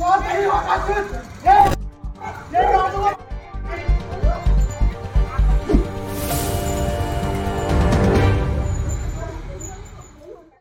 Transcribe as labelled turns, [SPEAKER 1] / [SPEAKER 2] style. [SPEAKER 1] वो नहीं होगा सिर्फ ये ये नौजवान